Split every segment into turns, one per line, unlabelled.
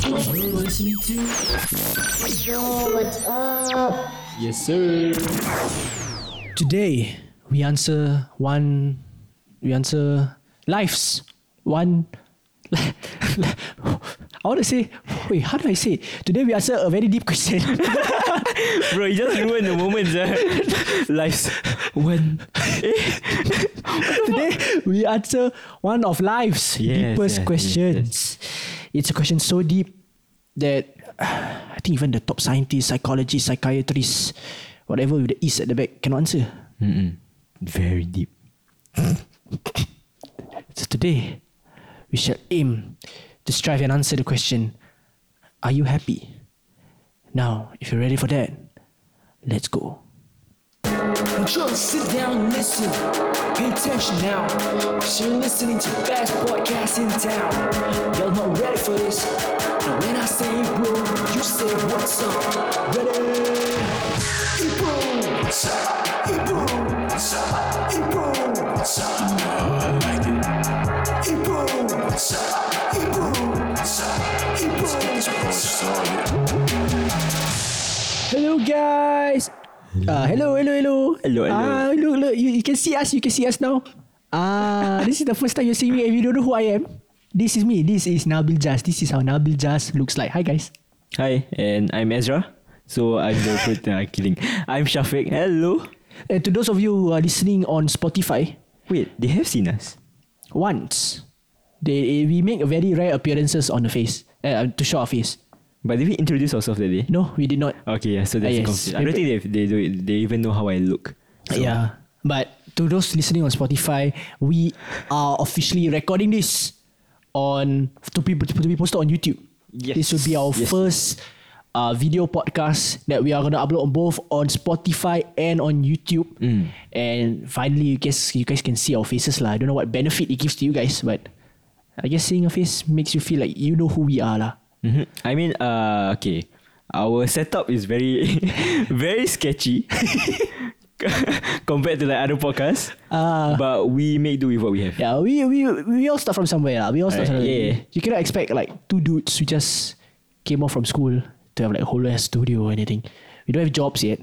You're listening to
Yo, what's up?
Yes Sir.
Today we answer one we answer lives. One I wanna say wait, how do I say? it? Today we answer a very deep question.
Bro, you just ruined the moment, sir. Lives.
One Today we answer one of life's
Yes,
deepest
yes, yes,
questions. It's a question so deep that I think even the top scientists, psychologists, psychiatrists, whatever with the E's at the back cannot answer.
Mm-mm. Very deep.
So today, we shall aim to strive and answer the question Are you happy? Now, if you're ready for that, let's go.
Just sit down and listen. Pay attention now. 'cause You're listening to best podcast in town. Y'all not ready for this. Now when I say bro, you say what's up. Ready? Hey, bro, what's up? Hey, bro, what's up? Hey, bro, what's up? I like it. Hey, bro, what's up? Hey, bro, what's up? Hey, bro, what's up?
Hello, guys. Uh, hello, hello, hello.
Hello, hello.
Ah, look, look, you, you can see us. You can see us now. Ah, this is the first time you're seeing me, and you don't know who I am. This is me. This is Nabil Jazz. This is how Nabil Jazz looks like. Hi, guys.
Hi, and I'm Ezra. So I'm the person I'm killing. I'm Shafiq. Hello.
And to those of you who are listening on Spotify,
Wait, they have seen us.
once they we make very rare appearances on the face uh, to show our face
But did we introduce ourselves that day?
no we did not
Okay, yeah, so that's
Ah, yes.
yes. I don't think they they do it. they even know how I look. So,
yeah but to those listening on spotify we are officially recording this on to be to be posted on youtube
Yes.
this will be our
Yes.
first uh, video podcast that we are going to upload on both on spotify and on youtube
Mm.
and finally you guys you guys can see our faces lah. i don't know what benefit it gives to you guys but i guess seeing a face makes you feel like you know who we are lah.
Mhm. I mean, uh, okay, our setup is very, very sketchy compared to like other podcasts.
Ah.
but we make do with what we have.
Yeah, we we we all start from somewhere lah. We all start
Alright,
from
yeah, yeah.
You cannot expect like two dudes who just came off from school to have like a whole ass studio or anything. We don't have jobs yet,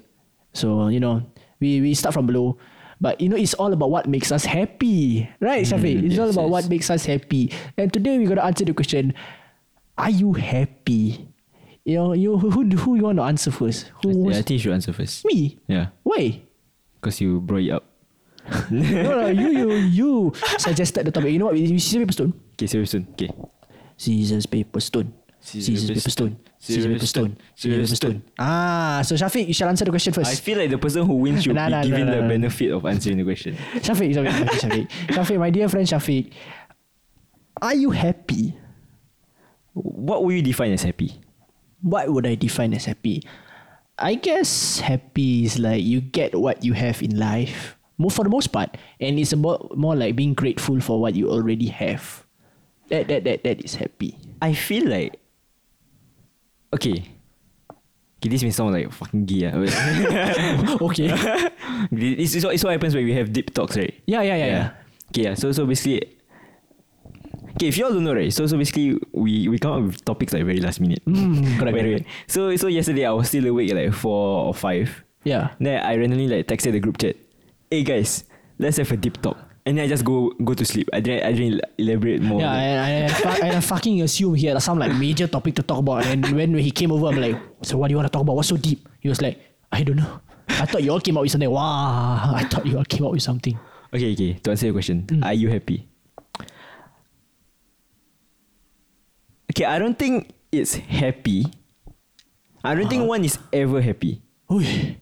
so you know we we start from below. But you know it's all about what makes us happy, right, Shafiq? it's all
Hmm, yes,
about
yes.
what makes us happy. And today we're gonna answer the question: Are you happy? You know, you who who, who you want to answer first? Who
I,
wants
I think you should answer first.
me?
Yeah,
Why?
because you brought it up.
no, no, you you you suggested the topic. You know what? We, we see paper stone.
Okay, serious soon. Okay.
Scissors, paper, stone. Scissors, paper, stone. Scissors, paper, stone. Scissors, paper, stone. Ah, so Shafiq, you shall answer the question
I
first.
feel like the person who wins should
Nah,
be
nah,
given
nah,
the
nah, nah.
benefit of answering the question.
Shafiq, Shafiq, Shafiq, Shafiq. Shafiq, my dear friend Shafiq, are you happy?
What will you define as happy?
What would I define as happy? I guess happy is like you get what you have in life, more for the most part, and it's about more like being grateful for what you already have. That that that that is happy.
I feel like okay. Okay, this may sound like fucking gay. ah.
okay.
This is what, it's what happens when we have deep talks, right?
Yeah, yeah, yeah, yeah.
Okay, yeah. So so basically Okay, if you all don't know, right? So so basically we we come up with topics like very last minute.
Mm,
By
correct,
the way.
correct.
So so yesterday I was still awake at like four or five.
Yeah.
Then I randomly like texted the group chat. Hey guys, let's have a deep talk. And then I just go go to sleep. I didn't I didn't elaborate more.
Yeah,
Like,
and, and, I fu- and I fucking assume he had some like major topic to talk about. And when he came over, I'm like, so what do you want to talk about? What's so deep? He was like, I don't know. I thought you all came up with something. Wow, I thought you all came up with something.
okay, okay. To answer your question,
Mm.
are you happy? Okay, I don't think it's happy. I don't think
Uh-huh.
one is ever happy.
Oi,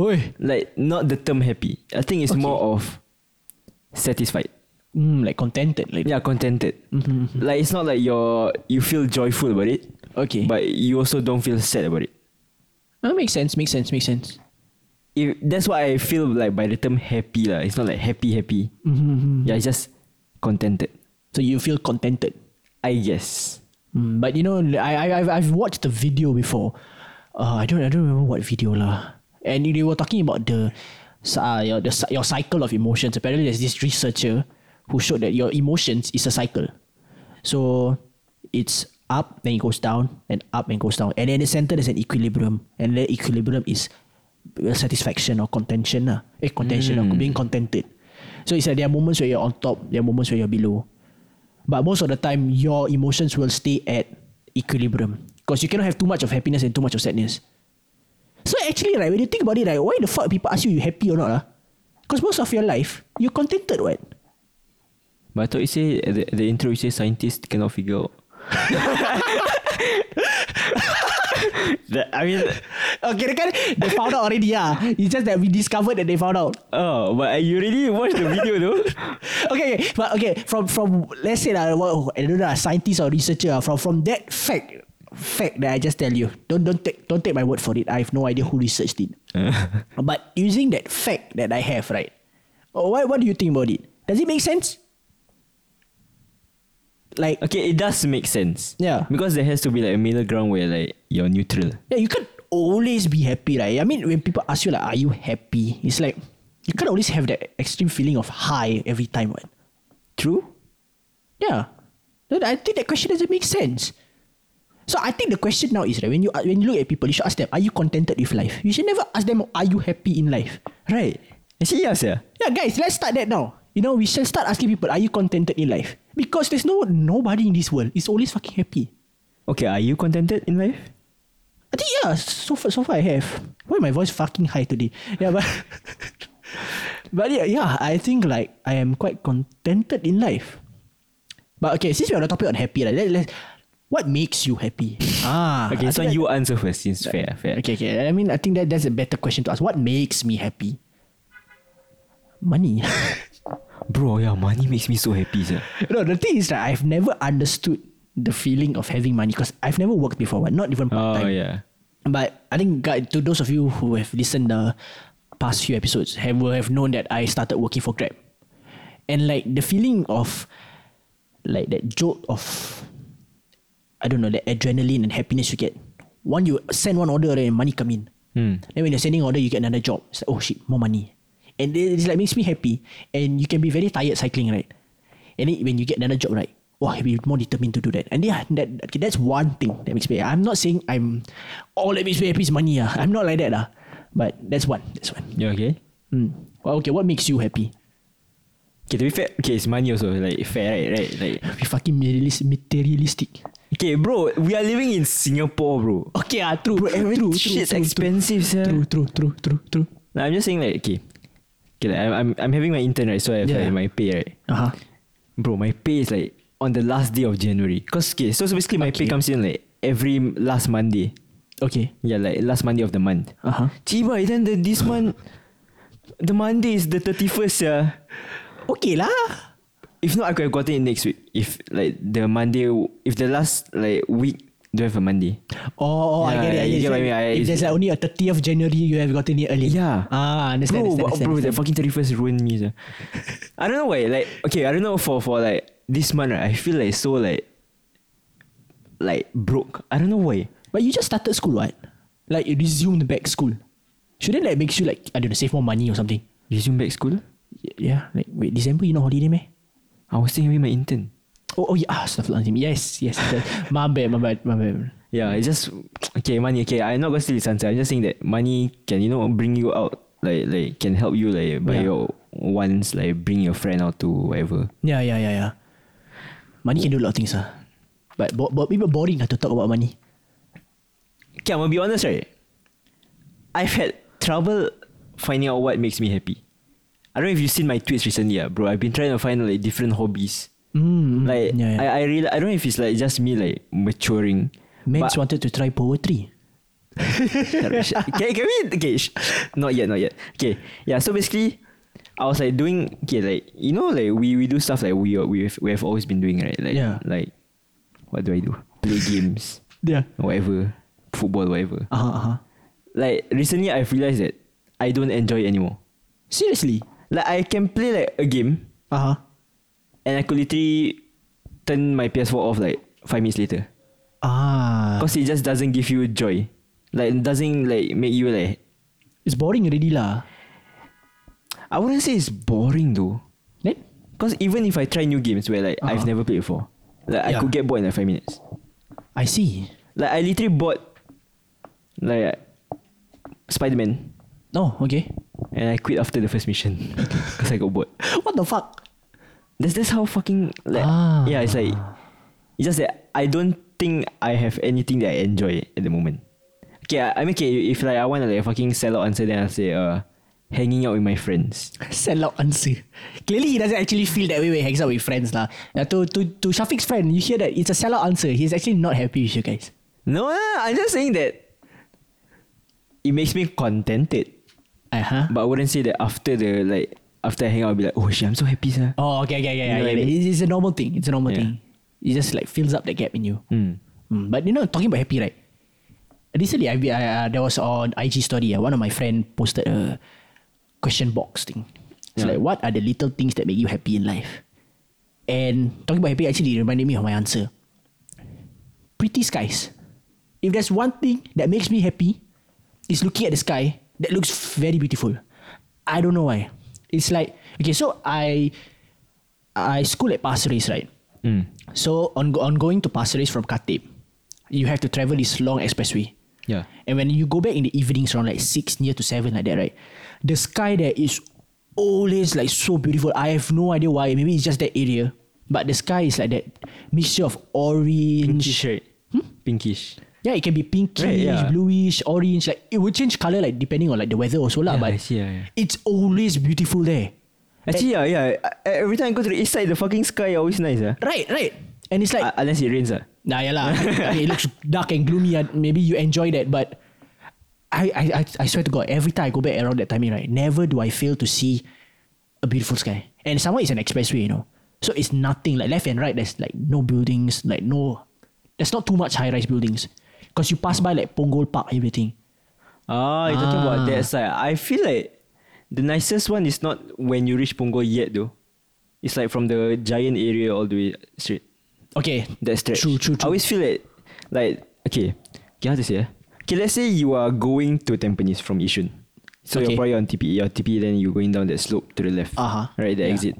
oi.
Like not the term happy. I think it's
Okay.
more of satisfied.
Mm, like contented, like
Yeah, contented.
Mm-hmm,
Like it's not like you're you feel joyful about it,
okay.
but
But
you also don't feel sad about it.
that makes sense. Makes sense. Makes sense.
if that's what I feel like by the term happy lah. It's not like happy happy.
Mm-hmm.
Yeah, it's just contented.
So you feel contented.
I guess.
Mm, but you know, I, I I've, I've watched the video before. Uh, I don't I don't remember what video lah. And they were talking about the, cy- uh, your the cy- your cycle of emotions. Apparently, there's this researcher who showed that your emotions is a cycle. So it's up, then it goes down, and up and goes down. And then the center there's an equilibrium. And that equilibrium is uh, satisfaction or contention. lah. Eh, contention or being contented. So it's like there are moments where you're on top, there are moments where you're below. But most of the time, your emotions will stay at equilibrium. Because you cannot have too much of happiness and too much of sadness. So actually, right, when you think about it, right, why the fuck people ask you you happy or not? Because most of your life, you're contented, right?
But I thought you say at the, at the intro you say scientists cannot figure out. that, I mean,
Okay, they, can, they found out already, yeah. It's just that we discovered that they found out.
oh, but you really watched the video though.
Okay, okay, but okay, from from let's say that what I don't know, scientist or researcher ah, from from that fact fact that I just tell you, don't don't take don't take my word for it. I have no idea who researched it. but using that fact that I have, right? oh, What what do you think about it? Does it make sense? Like
okay, it does make sense.
Yeah.
Because there has to be like a middle ground where like you're neutral.
Yeah, you can't always be happy, right? I mean, when people ask you like, "Are you happy?" It's like you can't always have that extreme feeling of high every time, right?
True.
Yeah, Then I think that question doesn't make sense. So I think the question now is right when you uh, when you look at people, you should ask them, "Are you contented with life?" You should never ask them, "Are you happy in life?" Right?
Actually, yes, yeah.
Yeah, guys, let's start that now. You know, we shall start asking people, "Are you contented in life?" Because there's no nobody in this world is always fucking happy.
Okay, are you contented in life?
I think yeah, so far, so far I have. Why my voice fucking high today? Yeah, but but yeah, yeah, I think like I am quite contented in life. But okay, since we're on the topic on happy, right, let, let, what makes you happy? ah,
okay,
I
so
think
you answer first. Since fair, fair.
that- okay, okay. I mean, I think that that's a better question to ask. What makes me happy? Money.
Bro, yeah, money makes me so happy, sir.
no, the thing is that I've never understood the feeling of having money because I've never worked before, but not even part
Oh
time.
yeah.
But I think guy- to those of you who have listened the past few episodes have will have known that I started working for Grab, and like the feeling of like that jolt of I don't know the adrenaline and happiness you get. One you send one order and money come in. Then when you're sending order, you get another job. It's like oh shit, more money, and it- it's like makes me happy. And you can be very tired cycling, right? And then when you get another job, right? Wow, I'll be more determined to do that. And yeah, that, okay, that's one thing that makes me. I'm not saying I'm all that makes me happy is money. Ah, I'm not like that. Ah, but that's one. That's one.
You okay?
Hmm. Well, okay, what makes you happy?
Okay, to be fair, okay, it's money also. Like fair, right? Right? Like
We fucking materialis- materialistic.
Okay, bro, we are living in Singapore, bro.
Okay, ah, true, bro, true, true,
shit's
true,
expensive,
true,
sia.
true, true, true, true, true.
Nah, I'm just saying like okay, okay, like, I'm, I'm I'm having my intern right, so I have
Yeah.
like, my pay right,
Uh huh.
bro. My pay is like on the last day of January. Cause okay, so, so basically my pay
Okay.
comes in like every last Monday.
Okay.
Yeah, like last Monday of the month.
Uh huh.
Chiba, then the this month, the Monday is the thirty first. Yeah,
Okay lah.
if not I could have gotten it next week. If like the Monday, if the last like week don't have a Monday.
Oh, oh I
Yeah,
get it. I
you
get
get
it.
what I mean, I-
if there's like only a 30th of January, you have gotten it early.
Yeah.
Ah,
Bro, wa-
understand. understand,
bro,
understand,
that
understand.
fucking thirty first ruined me. sia. I don't know why. Like, okay, I don't know for for like this month. Right, I feel like so like like broke. I don't know why.
But you just started school, right? Like you resumed back school. Shouldn't that makes you like I don't know save more money or something?
Resume back school.
Y- Yeah, like wait December you know holiday meh?
I was staying with my intern.
Oh oh yeah, ah, Astaghfirullahaladzim. Yes yes. yes. my bad, my bad, my bad.
Yeah, it's just okay money. Okay, I'm not gonna steal this answer. I'm just saying that money can you know bring you out. Like like can help you like by
Yeah.
your wants. Like bring your friend out to whatever.
Yeah yeah yeah yeah. Money can do a lot of things ah. But bo- bo- people boring ah to talk about money.
Okay, I'm gonna be honest, right? I've had trouble finding out what makes me happy. I don't know if you've seen my tweets recently, yeah, bro. I've been trying to find like different hobbies.
Mm, mm,
Like
yeah, yeah.
I, I real I don't know if it's like just me like maturing.
Max
but-
wanted to try poetry.
okay, can we? Okay, sh- not yet, not yet. Okay, yeah. So basically, I was like doing okay, like you know, like we we do stuff like we we have, we have always been doing, right? Like
Yeah.
Like, what do I do? Play games,
Yeah.
whatever, football, whatever.
Uh huh. Uh-huh.
Like recently, I've realized that I don't enjoy it anymore.
Seriously.
Like I can play like a game,
Uh huh.
and I could literally turn my PS4 off like five minutes later.
Ah.
Cause it just doesn't give you joy. Like it doesn't like make you like.
It's boring already lah.
I wouldn't say it's boring though.
Then?
Cause even if I try new games where like I've
Uh-huh.
never played before, like I
Yeah.
could get bored in like five minutes.
I see.
Like I literally bought like Spider Man
No, okay.
and I quit after the first mission because I got bored.
What the fuck?
That's that's how fucking like
Ah.
yeah. It's like it's just that I don't think I have anything that I enjoy at the moment. Okay, I, I mean okay. If like I want to like fucking sell out answer, then I'll say uh hanging out with my friends.
Sell out answer. Clearly he doesn't actually feel that way when he hangs out with friends lah. Now, to, to, to Shafiq's friend, you hear that it's a sell out answer. He's actually not happy with you guys.
No, no, no, I'm just saying that it makes me contented.
Uh-huh.
But I wouldn't say that after the like after I hang out, I'll be like, oh shit, I'm so happy, sir.
Oh, okay, okay, okay.
You know
yeah,
what I
yeah.
mean?
It's, it's a normal thing. It's a normal
Yeah.
thing. It just like fills up that gap in you.
Mm.
Mm, But you know, talking about happy, right? Recently, I, I uh, there was on IG story. Uh, one of my friend posted a question box thing. It's
Yeah.
like, what are the little things that make you happy in life? And talking about happy actually reminded me of my answer. Pretty skies. If there's one thing that makes me happy, is looking at the sky that looks very beautiful. I don't know why. It's like okay, so I I school at Pasir Ris, right?
Mm.
So on on going to Pasir Ris from Khatib, you have to travel this long expressway.
Yeah.
And when you go back in the evenings around like six near to seven like that, right? The sky there is always like so beautiful. I have no idea why. Maybe it's just that area. But the sky is like that mixture of orange.
Pinkish, right? Pinkish.
Yeah, it can be pinkish,
Right, yeah.
bluish, orange. Like it would change color like depending on like the weather also lah.
Yeah,
but
I see, yeah, yeah.
it's always beautiful there.
Actually, yeah, yeah. I- I- Every time I go to the east side, the fucking sky always nice, ah.
Right, right. And it's like
Uh, unless it rains, ah.
Nah, yeah lah. I mean, it looks dark and gloomy. and Maybe you enjoy that, but I, I, I, I swear to God, every time I go back around that timing, right, never do I fail to see a beautiful sky. And somewhere it's an expressway, you know. So it's nothing like left and right. There's like no buildings, like no. There's not too much high-rise buildings, because you pass by like Punggol Park, everything.
Ah, you're talking about
Ah.
that side. I feel like the nicest one is not when you reach Punggol yet, though. It's like from the giant area all the way straight.
Okay,
That stretch.
True,
I
true, true.
always feel like, like okay, okay, how to say? ah? Okay, let's say you are going to Tampines from Yishun. So you're
Okay.
probably on TPE. You're TPE, then you're going down that slope to the left.
Uh-huh.
Right, the
Yeah.
exit.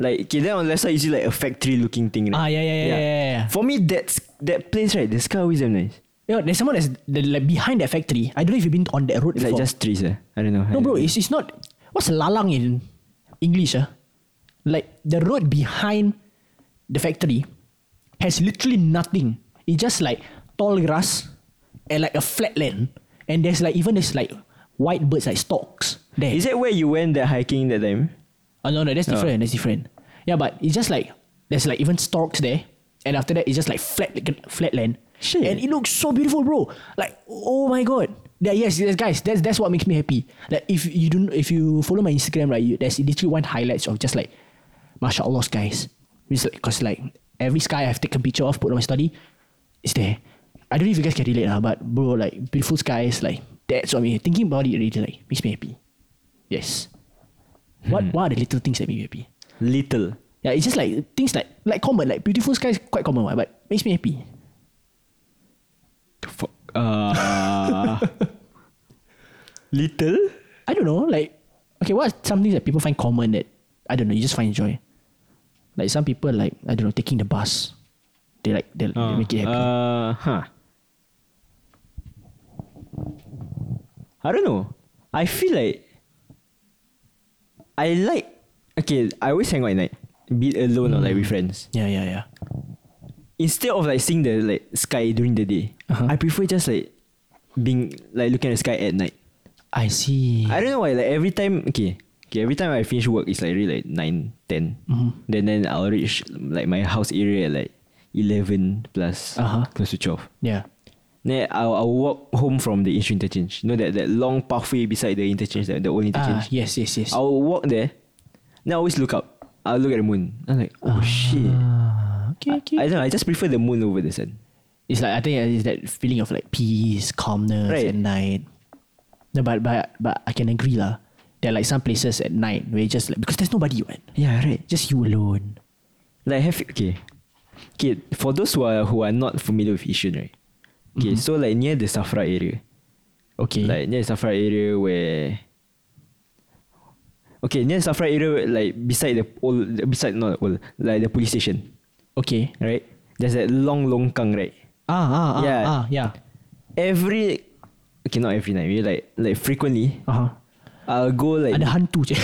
Like, okay, then on the left side, you see like a factory looking thing.
Ah,
right?
yeah, yeah, yeah, yeah, yeah.
For me, that's that place, right? The sky always damn nice.
You know, there's someone that's the, like behind that factory. I don't know if you've been on that road
It's like
before.
just trees, eh? I don't know. I
No, bro,
don't know.
it's, it's not. What's lalang in English? Ah, like the road behind the factory has literally nothing. It's just like tall grass and like a flat land, and there's like even there's like white birds like stalks there.
Is that where you went that hiking that time?
Oh no, no, that's
Oh.
different. That's different. Yeah, but it's just like there's like even stalks there, and after that it's just like flat, like, flat land.
Shit.
And it looks so beautiful, bro. Like oh my god. Yeah, yes, yes, guys. That's that's what makes me happy. Like if you don't, if you follow my Instagram, right, you, there's literally one highlights of just like, masha Allah, guys. Because like every sky I've taken picture of, put on my study, it's there. I don't know if you guys can relate, lah, but bro, like beautiful skies, like that's what I mean. Thinking about it really like makes me happy. Yes. What
Mm-hmm.
what are the little things that make you happy?
Little.
Yeah, it's just like things like like common, like beautiful sky is quite common, what, but makes me happy.
Fuck. Uh, little?
I don't know, like okay, what are some things that people find common that I don't know, you just find joy? Like some people like I don't know, taking the bus. They like they, they make it happy.
Oh. Uh, huh. I don't know. I feel like I like. Okay, I always hang out at night, be it alone or like with friends.
yeah, yeah, yeah.
Instead of like seeing the like sky during the day,
Uh-huh.
I prefer just like being like looking at the sky at night.
I see.
I don't know why. Like every time, okay, okay. Every time I finish work, it's like really like nine, ten.
Mm-hmm.
Then then I'll reach like my house area at like eleven plus,
Uh-huh.
close to twelve.
yeah.
Then I'll, I'll walk home from the Yishun interchange. You know that, that long pathway beside the interchange, that the old
Ah,
interchange.
yes, yes, yes.
I'll walk there. Then I always look up. I'll look at the moon. I'm like, oh shit.
Ah, okay, okay.
I don't know. I just prefer the moon over the sun.
It's like I think it's that feeling of like peace, calmness
Right.
at night. No, but but but I can agree lah. There are like some places at night where you just like because there's nobody, right?
Yeah, right.
Just you alone.
Like have you- okay, okay. For those who are who are not familiar with Yishun, right? Okay,
Mm-hmm.
so like near the Safra area,
Okay.
like near the Safra area where. Okay, near the Safra area, like beside the old, beside not old, like the police station,
okay.
right? There's that long longkang, right?
Ah, ah, ah,
Yeah.
ah, yeah.
Every okay, not every night. Maybe like like frequently.
Uh-huh.
I'll go like
Ada hantu je.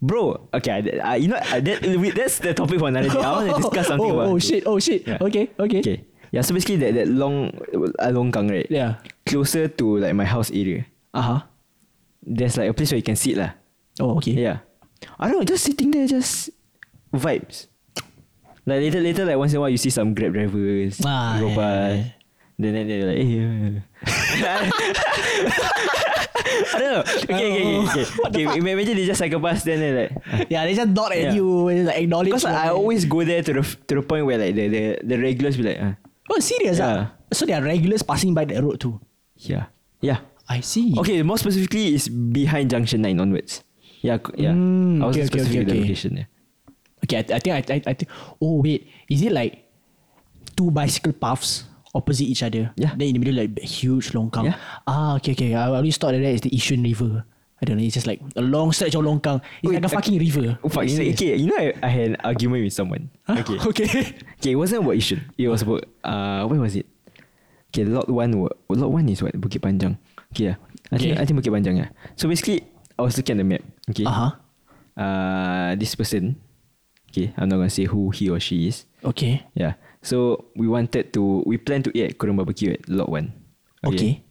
bro. Okay, I, I, you know I, that we- that's the topic for another day. I want to discuss something
oh,
about.
Oh
hantu.
shit, oh shit.
Yeah.
Okay, okay.
Okay. Yeah, so basically that that long uh, longkang right?
Yeah.
Closer to like my house area.
Uh-huh.
There's like a place where you can sit lah.
Oh, okay.
Yeah. I don't know, just sitting there just vibes. Like later later like once in a while you see some grab drivers
Ah,
go
yeah,
by.
yeah, yeah.
Then then they're like, eh, yeah. I don't know. Okay, okay,
Oh.
okay. okay. okay imagine they just cycle past then they're like,
Yeah, they just nod at
Yeah.
you and like acknowledge.
Because
you.
I always go there to the to the point where like the the, the regulars be like, uh,
Oh, serious
Yeah.
ah? So there are regulars passing by that road too.
yeah, yeah.
I see.
Okay, more specifically is behind Junction Nine onwards. Yeah, c- yeah.
Mm,
I was
okay, okay,
specific
okay,
with the
okay.
location. Yeah.
Okay, I, I think I, I, I think. Oh wait, is it like two bicycle paths opposite each other?
Yeah.
Then in the middle like huge longkang.
Yeah.
Ah, okay, okay. I always thought that it's the Yishun River. I don't know. It's just like a long stretch of longkang. It's
Wait,
like a
okay.
fucking river.
Oh, fuck, you know,
Serious.
okay, you know I, I had an argument with someone.
Huh?
Okay.
okay.
Okay, it wasn't about Yishun. It was about uh where was it? Okay, lot one wa- lot one is what Bukit Panjang. Okay, yeah. I think
Okay.
I think Bukit Panjang yeah. So basically, I was looking at the map. Okay.
Uh-huh.
Uh, this person. Okay, I'm not gonna say who he or she is.
Okay.
Yeah. So we wanted to we planned to eat at Kurung Barbecue at Lot One.
Okay.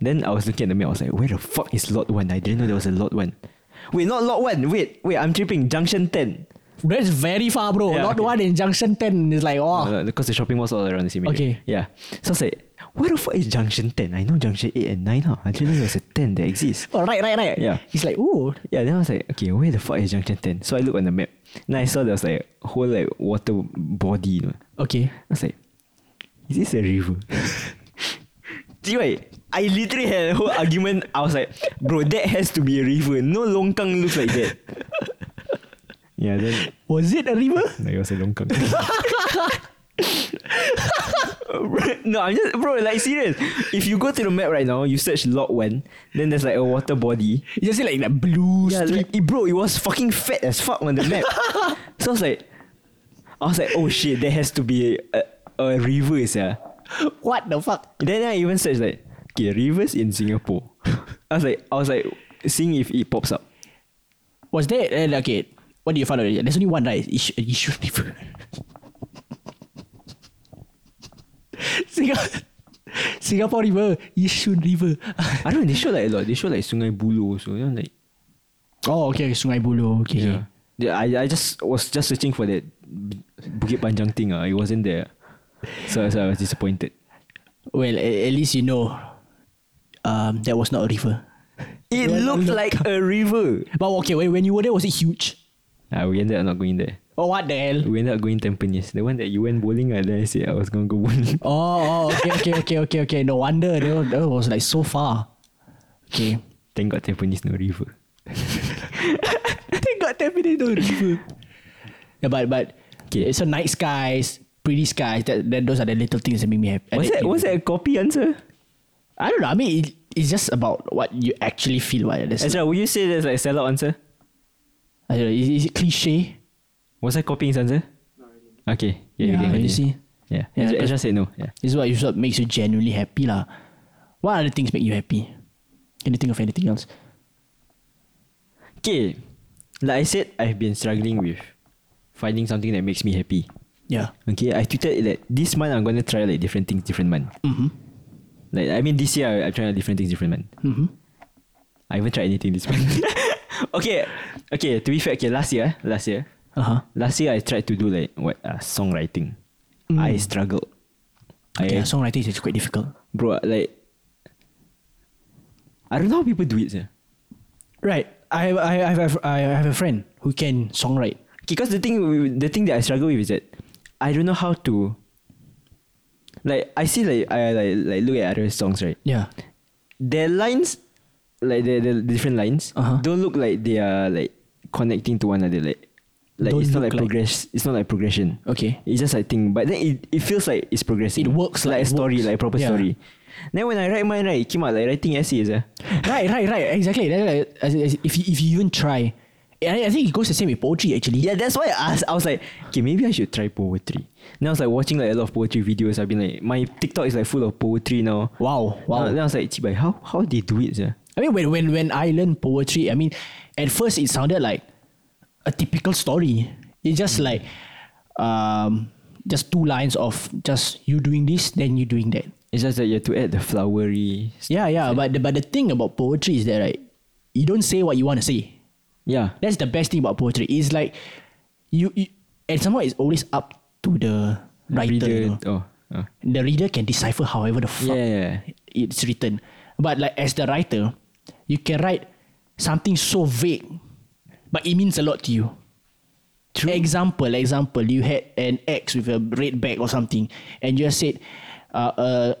Then I was looking at the map. I was like, where the fuck is Lot One? I didn't know there was a Lot One. Wait, not Lot One. Wait, wait. I'm tripping. Junction Ten.
That's very far, bro.
Yeah,
Lot
okay.
one in Junction Ten is like oh.
Uh, because the shopping malls all around the same
Okay.
area. Yeah. So I was like, where the fuck is Junction Ten? I know Junction Eight and Nine. Huh? I didn't know there was a Ten that exists.
Oh, right, right, right.
Yeah.
It's like oh, ooh.
Yeah, then I was like, okay, where the fuck is Junction 10? So I looked on the map. Then I saw there was like a whole like water body, you know.
Okay.
I was like, is this a river? Do you know why? I literally had a whole argument. I was like, bro, that has to be a river. No longkang looks like that. yeah, then
Was it a river?
no, it was a longkang. no, I'm just bro, like serious. If you go to the map right now, you search lot one, then there's like a water body.
It's just like that blue
Yeah,
strip.
like, eh, bro, it was fucking fat as fuck on the map. so I was like, I was like, oh shit, there has to be a, a reverse, yeah.
What the fuck?
Then I even searched like, okay, reverse in Singapore. I was like, I was like, seeing if it pops up.
Was there uh, okay? What do you find out? There's only one, right? Ish, issue river. Singapore, Singapore River, Yishun River.
I don't know, they show like a lot. They show like Sungai Buloh also. You know, like,
oh, okay, okay, Sungai Buloh. Okay,
yeah. yeah I, I just was just searching for that B- Bukit Panjang thing. Uh. It wasn't there. So, so I was disappointed.
well, a- at least you know, um, that was not a river.
It
Well,
looked
look.
like a river.
But okay, when, when you were there, was it huge?
Ah, we ended up not going there.
Oh, what the hell?
We ended up going Tampines. The one that you went bowling at, then I said I was gonna go bowling.
Oh, oh, okay, okay, okay, okay, okay. No wonder that was- that was like so far. Okay.
Thank God Tampines no river.
they got terminated on river. Yeah, but but
Okay.
so night skies, pretty skies. That, that those are the little things that make me happy.
Was that was that a copy answer?
I don't know. I mean, it, it's just about what you actually feel. Right? That's,
Ezra, would you say that's like a sellout answer?
I don't know. Is, is it cliche?
Was I copying his answer? Okay.
Yeah,
okay,
you
continue.
see.
Yeah.
Yeah,
Ezra,
because-
Ezra said no. Yeah.
It's what you what makes you genuinely happy, lah. What other things make you happy? Can you think of anything else?
Okay. Like I said, I've been struggling with finding something that makes me happy.
Yeah.
Okay, I tweeted that this month I'm gonna try like different things, different month.
Mm-hmm.
Like I mean, this year I- I'm trying different things, different month.
Mm-hmm.
I haven't tried anything this month. okay, okay. To be fair, okay. Last year, last year,
Uh huh.
last year I tried to do like what uh, songwriting. I struggled.
Mm. Okay.
I,
Songwriting is quite difficult.
bro, like I don't know how people do it. Sir.
Right. I have, I have, I have, I have a friend who can songwrite.
Because the thing, with- the thing that I struggle with is that I don't know how to. Like I see, like I like like look at other songs, right?
Yeah.
Their lines, like the the different lines,
Uh-huh.
don't look like they are like connecting to one another. Like, like
Don't
it's not
look
like,
like-
progress. It's not like progression.
Okay.
It's just like thing, but then it, it feels like it's progressing.
It works
like,
like
a
it
story,
works.
like a proper
Yeah.
story. Then when I write mine, right, it came out like writing essays. Eh.
right, right, right. Exactly. That- that- as- as- if you, if you even try And I, I think it goes the same with poetry actually.
Yeah, that's why I asked. I was like, okay, maybe I should try poetry. Then I was like watching like a lot of poetry videos. I've been like, my TikTok is like full of poetry now.
Wow, wow.
Then I was like, Chibai, how how they do it? Yeah?
I mean, when, when, when I learned poetry, I mean, at first it sounded like a typical story. It's just like um, just two lines of just you doing this, then you doing that.
It's just that you have to add the flowery. s-
Yeah, yeah. But the, but the thing about poetry is that right, you don't say what you want to say.
Yeah.
That's the best thing about poetry. It's like you, you and somehow it's always up to the writer. you know.
Reader- Oh. oh.
the reader can decipher however the fuck
Yeah, yeah.
it's written. But like as the writer, you can write something so vague, but it means a lot to you. True. Example, example, you had an X with a red bag or something, and you just said, uh, uh,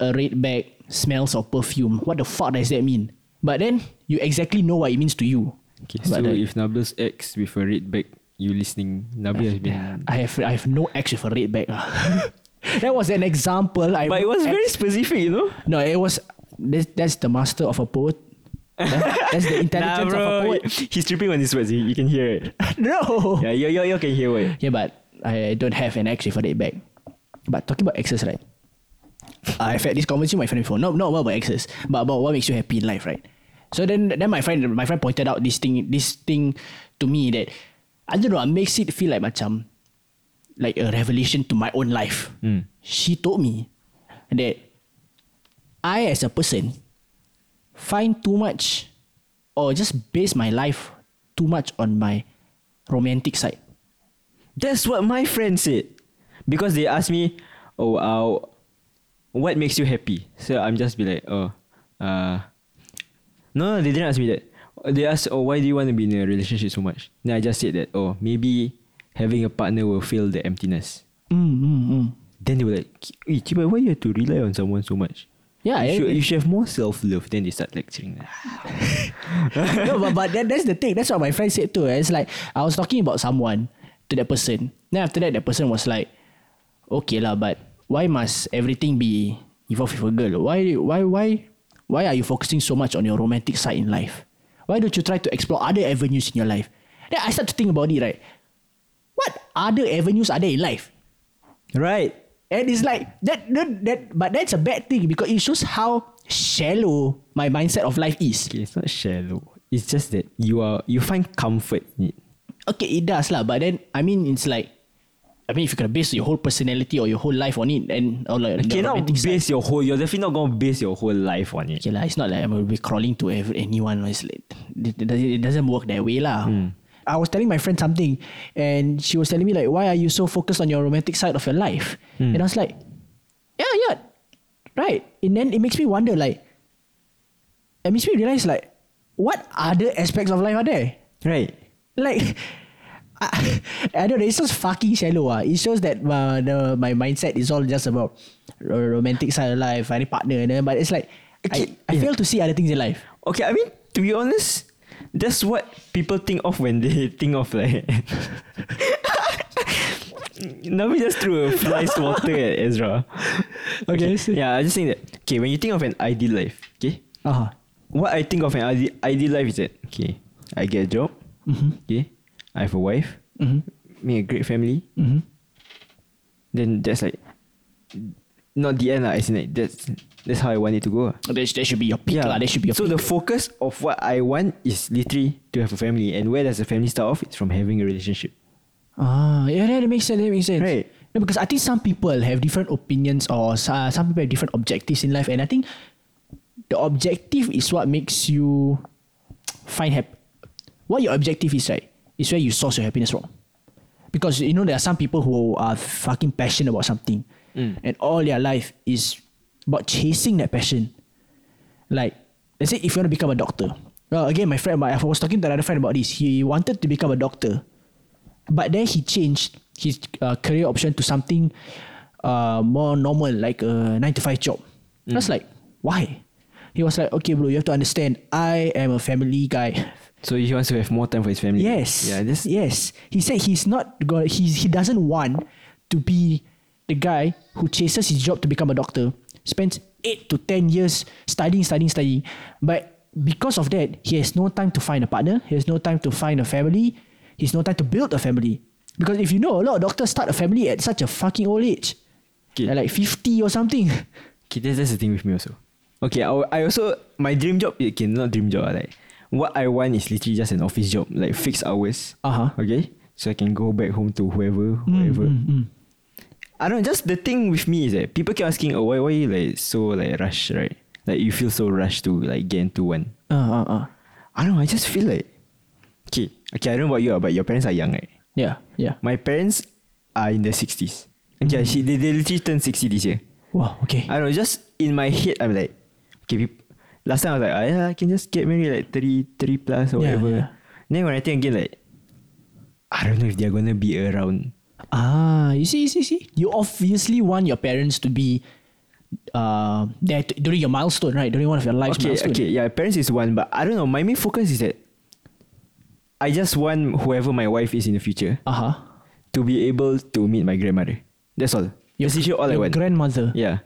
a red bag smells of perfume. What the fuck does that mean? But then you exactly know what it means to you.
Okay, so
But then-
if Nabil's ex with a red bag, you listening, Nabil has been.
I have I have no X with a red bag. ah. that was an example. I
But it was
X-
very specific, you know?
No, it was that's, that's the master of a poet. That- That's the
Nah,
intelligence of a
bro.
poet.
He's tripping on his words. You, you can hear it.
No.
yeah, you,
Yeah.
you, you can hear it.
but I don't have an X with a red bag. But talking about exes, right? I've had this conversation with my friend before. No, not about exes, but about what makes you happy in life, right? So then, then my friend, my friend pointed out this thing, this thing to me that I don't know. It makes it feel like macam like a revelation to my own life. She told me that I as a person find too much or just base my life too much on my romantic side.
That's what my friend said. Because they asked me, oh, uh, what makes you happy? So I'm just be like, oh, uh, no, no, they didn't ask me that. They asked, oh, why do you want to be in a relationship so much? Then I just said that, oh, maybe having a partner will fill the emptiness.
Mm, mm, mm.
Then they were like, "Eh, Chiba, why you have to rely on someone so much?
Yeah,
you
eh, I-
should, you should have more self love. Then they start lecturing.
no, but, but that, that's the thing. That's what my friend said too. Eh, It's like I was talking about someone to that person. Then after that, that person was like, "Okay lah, but why must everything be involved with a girl? Why, why, why, why are you focusing so much on your romantic side in life? Why don't you try to explore other avenues in your life?" Then I start to think about it. Right, what other avenues are there in life?
right.
And it's like that, that, that, but that's a bad thing because it shows how shallow my mindset of life is.
Okay, it's not shallow. It's just that you are you find comfort in it.
Okay, it does lah. But then I mean, it's like, I mean, if you can base your whole personality or your whole life on it, and or like the
Okay, not
romantic
base
side-
your whole. You're definitely not gonna base your whole life on it.
Okay lah, it's not like I'm gonna be crawling to every, anyone. It's like, it, it doesn't- it doesn't work that way lah.
Hmm.
I was telling my friend something, and she was telling me like, why are you so focused on your romantic side of your life?
Hmm.
And I was like, yeah, yeah, right. And then it makes me wonder like, it makes me realize like, what other aspects of life are there?
Right.
like I, I don't know. It's just fucking shallow. Ah, it shows that uh, the my mindset is all just about ro- romantic side of life, finding partner, and then, but it's like
Okay,
I, I
yeah.
fail to see other things in life.
Okay, I mean to be honest, that's what people think of when they think of like. Nabi just threw a fly's water at Ezra.
Okay, so-
yeah, I just think that. Okay, when you think of an ideal life, okay,
Uh-huh.
what I think of an ide- ideal life is that okay, I get a job,
Mm-hmm.
okay, I have a wife, make a great family.
Mm-hmm.
Then that's like not the end lah. As in like that's that's how I want it to go. lah.
That, sh- that should be your peak. lah. That should be your
so
peak.
the focus of what I want is literally to have a family, and where does the family start off? It's from having a relationship.
ah yeah, that, that makes sense. That makes sense.
Right.
No, because I think some people have different opinions or s- uh, some people have different objectives in life, and I think the objective is what makes you find happy. What your objective is, right, is where you source your happiness from. Because you know there are some people who are fucking passionate about something, and all their life is about chasing that passion. Like, let's say if you want to become a doctor. Well, again, my friend, my, I was talking to another friend about this. He wanted to become a doctor, but then he changed his uh, career option to something uh, more normal, like a nine to five job. I was like, why? He was like, okay, bro, you have to understand, I am a family guy.
So he wants to have more time for his family.
Yes.
Yeah. This.
yes. He said he's not going. He he doesn't want to be the guy who chases his job to become a doctor, spends eight to ten years studying, studying, studying, but because of that, he has no time to find a partner. He has no time to find a family. He has no time to build a family. Because if you know, a lot of doctors start a family at such a fucking old age.
Okay.
They're like 50 or something.
Okay, that's, that's the thing with me also. Okay, I, will- I also my dream job. eh, Okay, not dream job. ah, Like what I want is literally just an office job, like fixed hours.
Uh-huh.
Okay, so I can go back home to whoever, whoever. I don't know. Just the thing with me is that people keep asking, "Oh, why, why you like so like rush, right? Like you feel so rushed to like get into one."
Uh, uh, uh.
I don't know. I just feel like okay, okay. I don't know about you, ah, but your parents are young, right?
Yeah, yeah.
My parents are in their sixties. Okay, she, they, they literally turned sixty this year.
Wow, okay.
I don't know, just in my head, I'm like, okay, peop- last time I was like, ah, yeah, I can just get married like 30, 30 plus or
Yeah,
whatever.
yeah.
Then when I think again, like, I don't know if they're gonna be around.
Ah, you see, you see, you see. You obviously want your parents to be uh, there t- during your milestone, right? During one of your life's
okay,
milestone.
okay, yeah, parents is one, but I don't know. My main focus is that I just want whoever my wife is in the future
Uh huh.
to be able to meet my grandmother. That's all. That's literally all I
your
want.
grandmother.
yeah.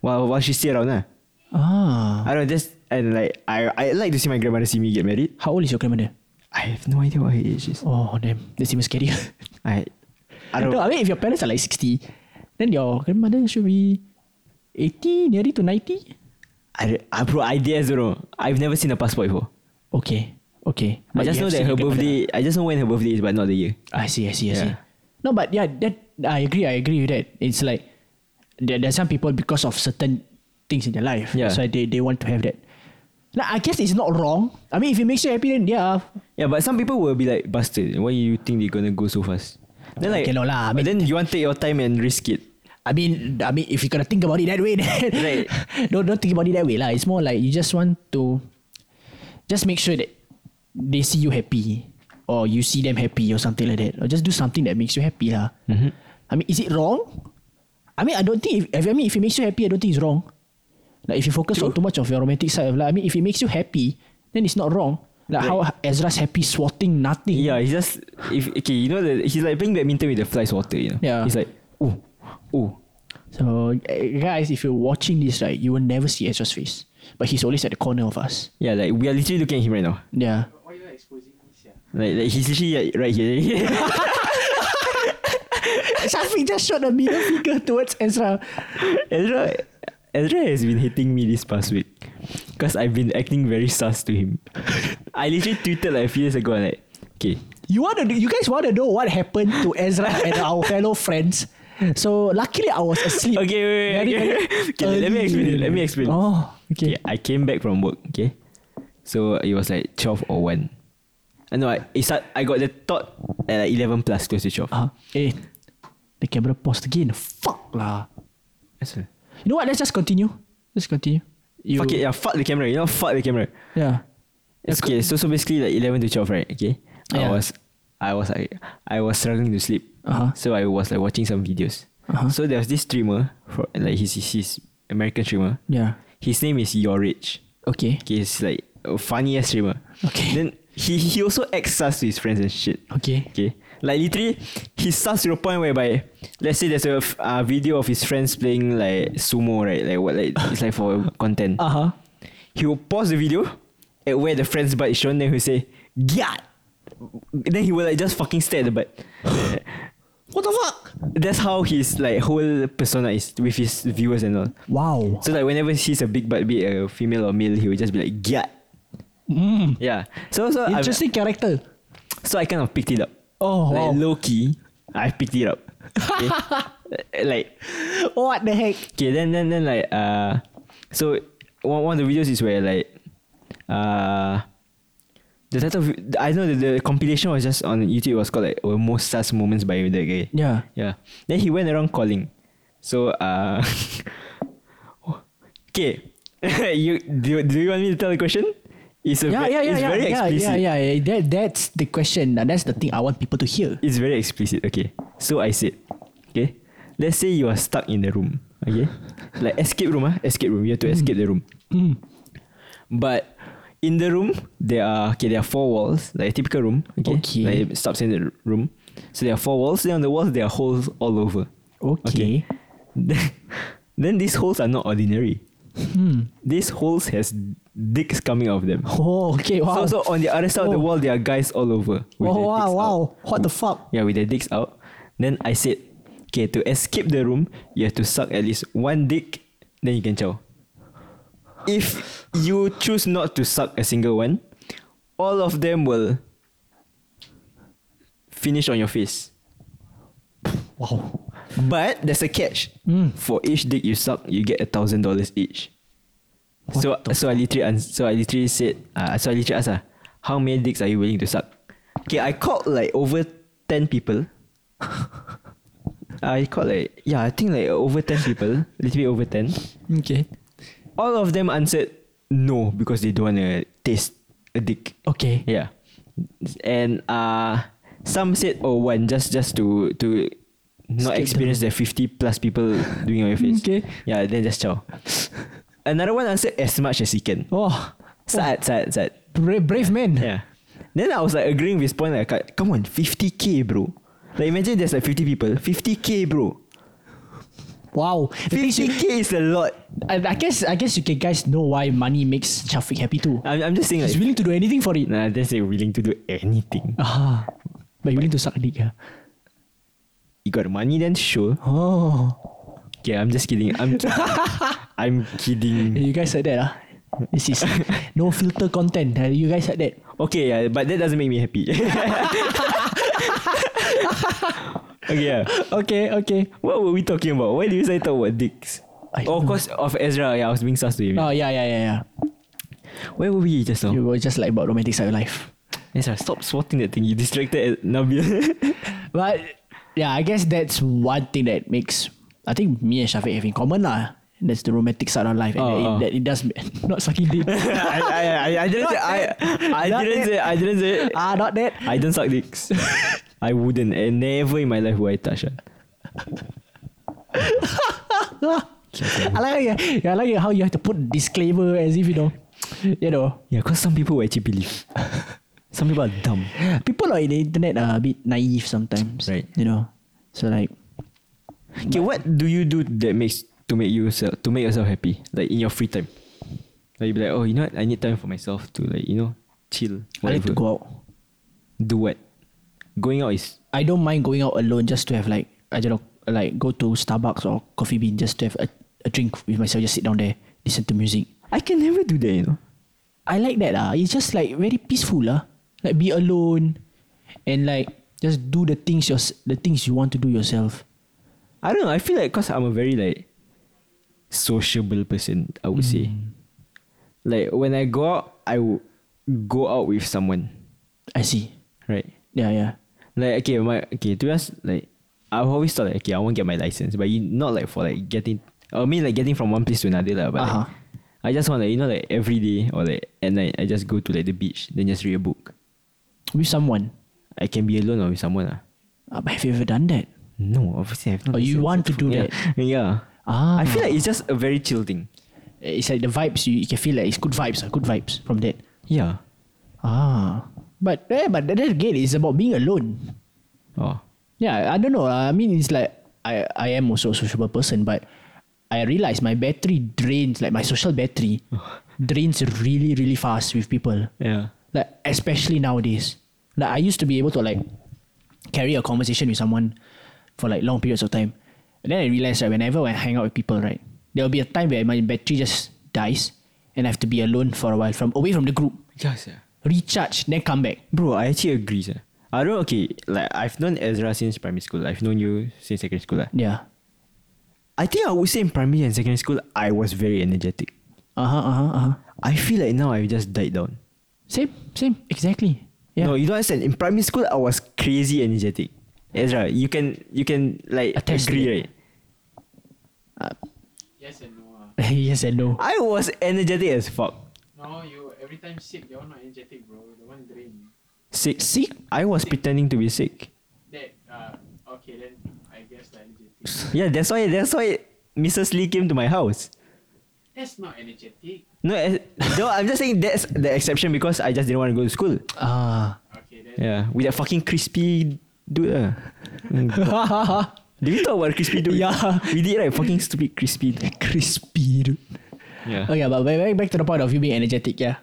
While while she's still around, lah.
Ah.
I don't know, just and like I I like to see my grandmother see me get married.
How old is your grandmother?
I have no idea what her age is.
Oh, damn. That's even scary.
I I don't
no, I mean, if your parents are like 60, then your grandmother should be 80, nearly to 90.
I, I bro, I just don't know. I've never seen a passport before.
Okay, okay.
I just know
you
that
have seen
her
your grandmother.
birthday. I just know when her birthday is, but not the year.
I see, I see, I see.
Yeah.
No, but yeah, that I agree, I agree with that. It's like there, there's some people because of certain things in their life.
Yeah.
So they, they want to have that. Like, I guess it's not wrong. I mean, if it makes you happy, then yeah.
Yeah, but some people will be like, "Bastard, why you think they're gonna go so fast?" Then like,
Okay, no lah, I
but then you want to take your time and risk it.
I mean, I mean, if you're gonna think about it that way, then
Right.
don't don't think about it that way, lah. It's more like you just want to just make sure that they see you happy, or you see them happy, or something like that, or just do something that makes you happy, lah.
Mm-hmm.
I mean, is it wrong? I mean, I don't think. If, I mean, if it makes you happy, I don't think it's wrong. Like if you focus on too much of your romantic side of life, I mean, if it makes you happy, then it's not wrong. Like how Ezra's happy swatting nothing.
Yeah, he's just if okay, you know that he's like playing badminton with the flies water. You know.
Yeah.
He's like, oh, oh.
So eh, guys, if you're watching this, right, you will never see Ezra's face, but he's always at the corner of us.
Yeah, like we are literally looking at him right now.
Yeah.
Like, like he's literally like, right here.
Shafiq just shot a middle finger towards Ezra.
Ezra, Ezra has been hitting me this past week because I've been acting very sus to him. I literally tweeted like a few years ago, like, okay,
You want to? You guys want to know what happened to Ezra and our fellow friends? So luckily I was asleep.
okay, wait, wait,
Very,
okay.
very
okay let me
early.
explain. It, let me explain.
Oh,
Okay,
okay.
I came back from work. Okay, so it was like twelve or one. I know. I it start, I got the thought at like eleven plus close to twelve.
Uh, eh, the camera paused again. Fuck lah.
That's all.
You know what? Let's just continue. Let's continue. You,
Fuck it, yeah, fuck the camera. You know, fuck the camera.
Yeah.
It's okay, so so basically like eleven to twelve, right? Okay.
Yeah.
I was I was like I was struggling to sleep.
Uh-huh.
So I was like watching some videos.
Uh-huh.
So there was this streamer for like he's, he's, he's American streamer.
Yeah.
His name is Your Rich.
Okay.
Okay, he's like a funniest streamer.
Okay.
Then he he also acts sus to his friends and shit.
Okay.
Okay. Like literally he's sus to the point whereby let's say there's a f- uh, video of his friends playing like sumo, right? Like what like it's like for content
Uh huh.
he will pause the video at where the friend's butt is shown, then he'll say, God! Then he will like just fucking stare at the butt.
What the fuck?
That's how his like whole persona is with his viewers and all.
Wow.
So like whenever he sees a big butt, be it a female or male, he will just be like, God!
Mm.
Yeah. So so I,
Interesting character.
so I kind of picked it up.
Oh,
like
wow.
low key, I picked it up. Okay? like
What the heck?
Okay, then then then like uh, so one one of the videos is where like uh, the title of, I know the, the compilation was just on YouTube. It was called like oh, most sus moments by that guy.
Yeah.
Yeah. Then he went around calling. So uh, okay, you do, do you want me to tell the question? It's a
yeah,
ve-
yeah, yeah,
it's
yeah,
very
yeah,
explicit.
yeah, yeah, yeah. Ya, That, that's the question. Now, That's the thing I want people to hear.
It's very explicit. Okay. So I said, okay, let's say you are stuck in the room. Okay. like escape room, ah, escape room. You have to escape the room. But in the room, there are okay, there are four walls, like a typical room. Okay.
Okay.
Like it stops in the r- room. So there are four walls, then on the walls there are holes all over.
Okay. Hmm.
then these holes are not ordinary. These holes has dicks coming out of them.
Oh, okay. Wow.
So, so on the other side of the
Oh.
wall, there are guys all over. with
wow,
their
oh, wow,
dicks
wow.
out.
What the fuck?
Yeah, with their dicks out. Then I said, okay, to escape the room, you have to suck at least one dick, then you can chow. If you choose not to suck a single one, all of them will finish on your face.
Wow.
But there's a catch. For each dick you suck, you get a thousand dollars each. so so I literally ans- so I literally said uh, so I literally asked uh, how many dicks are you willing to suck? Okay, I called like over ten people. I called like yeah, I think like over ten people, little bit over ten.
Okay.
All of them answered no because they don't want to taste a dick.
Okay.
Yeah. And uh some said oh one just just to to not
Skip
experience the 50 plus people doing on your face.
Okay.
Yeah, then just chow. Another one answered as much as he can.
Oh,
Sad, sad, sad.
brave, brave man.
Yeah. Then I was like agreeing with his point like "Kak, come on, 50k bro. Like imagine there's like 50 people. 50k bro.
Wow. The thing is, you-
50k is a lot.
I, I guess I guess you can guys know why money makes Shafiq happy too.
I'm, I'm just saying
He's
like
willing to do anything for it.
Nah, they say willing to do anything.
Ah, but you willing to suck dick. Yeah?
You got money then sure.
Oh,
Okay, I'm just kidding. I'm kidding. I'm kidding.
you guys like that ah? This is no filter content. ah. You guys like that?
Okay, yeah, but that doesn't make me happy. okay, yeah.
Okay, okay.
What were we talking about? Why did you say talk about dicks?
I
Oh,
don't
cause of Ezra. Yeah, I was being sus to him.
Oh yeah, yeah, yeah, yeah.
Where were we just now?
You were just like about romantic side of life,
Ezra, stop swatting that thing. You distracted Nabil.
but yeah, I guess that's one thing that makes I think me and Shafiq have in common lah. That's the romantic side of life, and
Oh,
that, it,
oh.
that it does not sucking dick.
I, I, I, I didn't say. I, I
Not
didn't
that.
say. I didn't say.
ah, not that.
I don't suck dicks. I wouldn't. And never in my life would I touch one.
Ah, I like how you, I like how you have to put disclaimer as if you know, you know,
Yeah, cause some people will actually believe. some people are dumb.
people on the internet are a bit naive sometimes,
Right.
You know, so like
Okay, what do you do that makes to make yourself to make yourself happy? Like in your free time. Like you be like, oh you know what, I need time for myself to like, you know, chill.
I like to
whatever."
go out.
Do what? Going out is
I don't mind going out alone just to have like I don't know, like go to Starbucks or Coffee Bean just to have a, a drink with myself. Just sit down there, listen to music.
I can never do that, you know.
I like that ah. It's just like very peaceful lah. Like be alone, and like just do the things your the things you want to do yourself.
I don't know, I feel like cause I'm a very like sociable person, I would say.
Mm.
Like when I go out, I would go out with someone.
I see.
Right?
Yeah, yeah.
Like okay, my okay, to be honest, like I've always thought like okay, I won't get my license, but you not like for like getting I mean like getting from one place to another lah, but like,
Uh-huh.
I just want like you know like every day or like at night I just go to like the beach, then just read a book.
With someone.
I can be alone or with someone ah.
Uh, but have you ever done that?
No, obviously I've not.
Oh, you
license.
want to do
yeah.
that?
yeah.
Ah.
I feel like it's just a very chill thing.
It's like the vibes you, you can feel like it's good vibes, ah, good vibes from that.
Yeah.
Ah, but eh, but that that again is about being alone.
Oh.
Yeah, I don't know. I mean, it's like I I am also a sociable person, but I realize my battery drains like my social battery drains really really fast with people.
Yeah.
Like especially nowadays. Like I used to be able to like carry a conversation with someone for like long periods of time. And then I realized that whenever I hang out with people, right, there will be a time where my battery just dies and I have to be alone for a while from away from the group.
Yes, yeah.
Recharge, then come back.
Bro, I actually agree, sir. I don't okay, like I've known Ezra since primary school. I've known you since secondary school. lah.
Yeah.
I think I would say in primary and secondary school, I was very energetic.
Uh huh. Uh huh. Uh huh.
I feel like now I've just died down.
Same. Same. Exactly. Yeah.
No, you don't understand. In primary school, I was crazy energetic. Ezra, you can you can like
Attest to
agree,
it.
right?
Yes and no. ah.
yes and no.
I was energetic as fuck.
No, you every time sick, you're not energetic, bro. The one drain.
Sick. Sick. I was pretending to be sick.
That uh okay then I guess that energetic.
Yeah, that's why that's why Mrs. Lee came to my house.
That's not energetic.
No, eh, no, I'm just saying that's the exception because I just didn't want to go to school.
Ah.
Okay then.
Yeah, with that fucking crispy dude. ah. Did we talk about crispy dude?
Yeah.
We did right, fucking stupid crispy dude.
crispy. Dude.
Yeah.
Okay, but back, back, back to the point of you being energetic, yeah.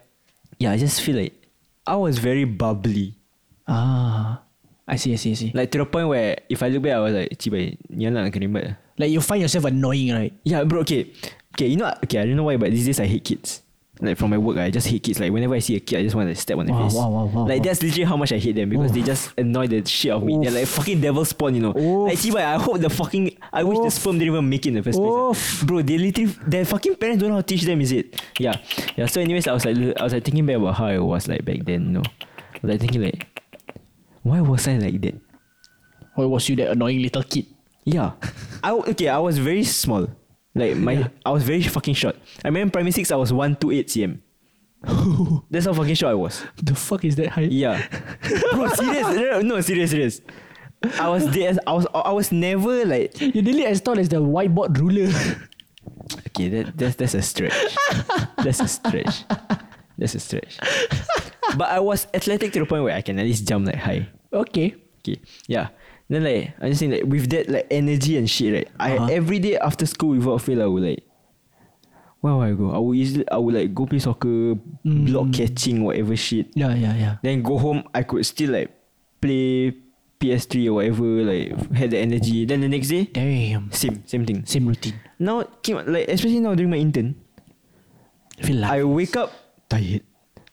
Yeah, I just feel like I was very bubbly.
Ah, I see, I see, I see.
Like
Like,
to the point where if I look back, I was like, "Cibai, ni anak keribat." lah."
you find yourself annoying, right?
Yeah, bro. Okay, okay. You know, okay. I don't know why, but these days I hate kids. Like from my work, I just hate kids. Like whenever I see a kid, I just want to step on their
Wow,
face.
wow, wow, wow,
like
wow.
that's literally how much I hate them because they just annoy the shit out of me. They're like fucking devil spawn, you know.
Oof.
Like, see, but I hope the fucking I wish the
Oof.
sperm didn't even make it in the first place.
Oof.
Bro, they literally their fucking parents don't know how to teach them, is it? Yeah, yeah. So, anyways, I was like, I was like thinking back about how I was like back then, you know. I was like thinking like, why was I like that?
Or was you that annoying little kid?
Yeah. I w- okay, I was very small. Like my I was very fucking short. I remember in primary six I was one two eight cm. That's how fucking short I was.
The fuck is that high?
Yeah. Bro, serious. No, no, serious, serious. I was there I was I was never like
You're nearly as tall as the whiteboard ruler.
Okay, that, that's that's a stretch. that's a stretch. That's a stretch. But I was athletic to the point where I can at least jump like high.
okay.
Okay. Yeah. Then like I'm just saying like with that like energy and shit, right? I
Uh-huh.
every day after school without fail I would like where would I go? I would easily I would like go play soccer, block catching, whatever shit.
Yeah, yeah, yeah.
Then go home I could still like play PS3 or whatever, like had the energy. Then the next day,
Damn.
same, same thing.
Same routine.
Now came like especially now during my intern,
I feel like
I wake up tired.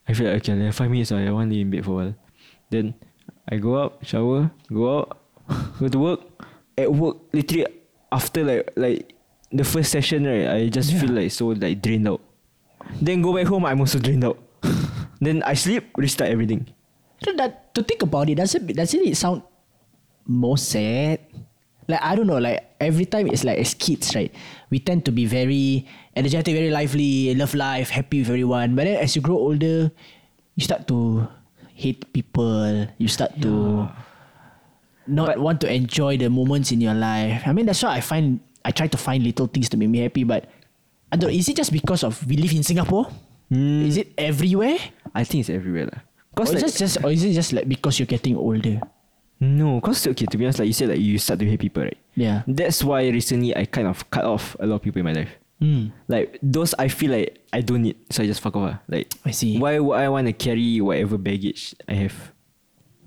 I feel like okay, like five minutes. I want to lay in bed for a while. Then I go up, shower, go out, go to work. At work, literally after like like the first session, right? I just feel like so like drained out. Then go back home, I'm also drained out. then I sleep, restart everything.
Then that, to think about it, doesn't doesn't it sound more sad? Like I don't know, like every time it's like as kids, right? We tend to be very energetic, very lively, love life, happy with everyone. But then as you grow older, you start to hate people. You start to not want to enjoy the moments in your life. I mean, that's why I find I try to find little things to make me happy. But I don't. Is it just because of we live in Singapore? Is it everywhere?
I think it's everywhere lah.
Or
Cause like,
is it just or is it just like because you're getting older?
no, cause okay to be honest, like you said, like you start to hate people, right?
Yeah.
That's why recently I kind of cut off a lot of people in my life.
Hmm.
Like those I feel like I don't need, so I just fuck off. ah. Like
I see.
Why would I want to carry whatever baggage I have?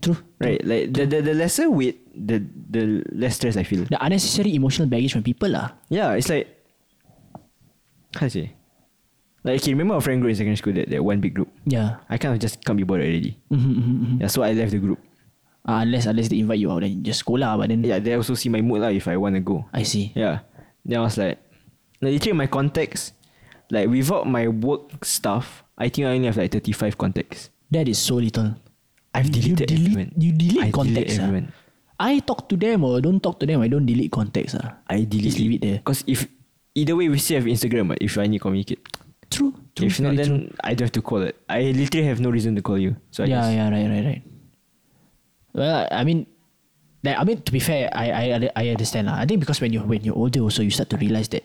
True.
Right? Like the, the, the lesser weight, the the less stress I feel.
The unnecessary emotional baggage from people lah.
Yeah, it's like how to say? Like okay, remember our friend group in secondary school that, that one big group?
Yeah.
I kind of just can't be bothered already.
Mm-hmm, mm-hmm.
Yeah, so I left the group.
Uh, unless unless they invite you out, then you just go lah. But then
Yeah, they also see my mood lah if I wanna go.
I see.
Yeah. Then I was like, like literally my contacts, like without my work stuff, I think I only have like 35 contacts.
That is so little.
I've
You-
deleted
you delete,
everyone.
You delete
I delete
contacts. ah.
everyone.
I talk to them or don't talk to them. I don't delete contacts. Ah.
I delete
Just leave it there.
Because if either way we still have Instagram, ah, if I need to communicate.
True. true
if not,
very
then
true.
I don't have to call it. I literally have no reason to call you. So I
yeah,
just,
yeah, right, right, right. Well, I mean, like, I mean, to be fair, I, I, I understand lah. I think because when you when you're older, also you start to realize that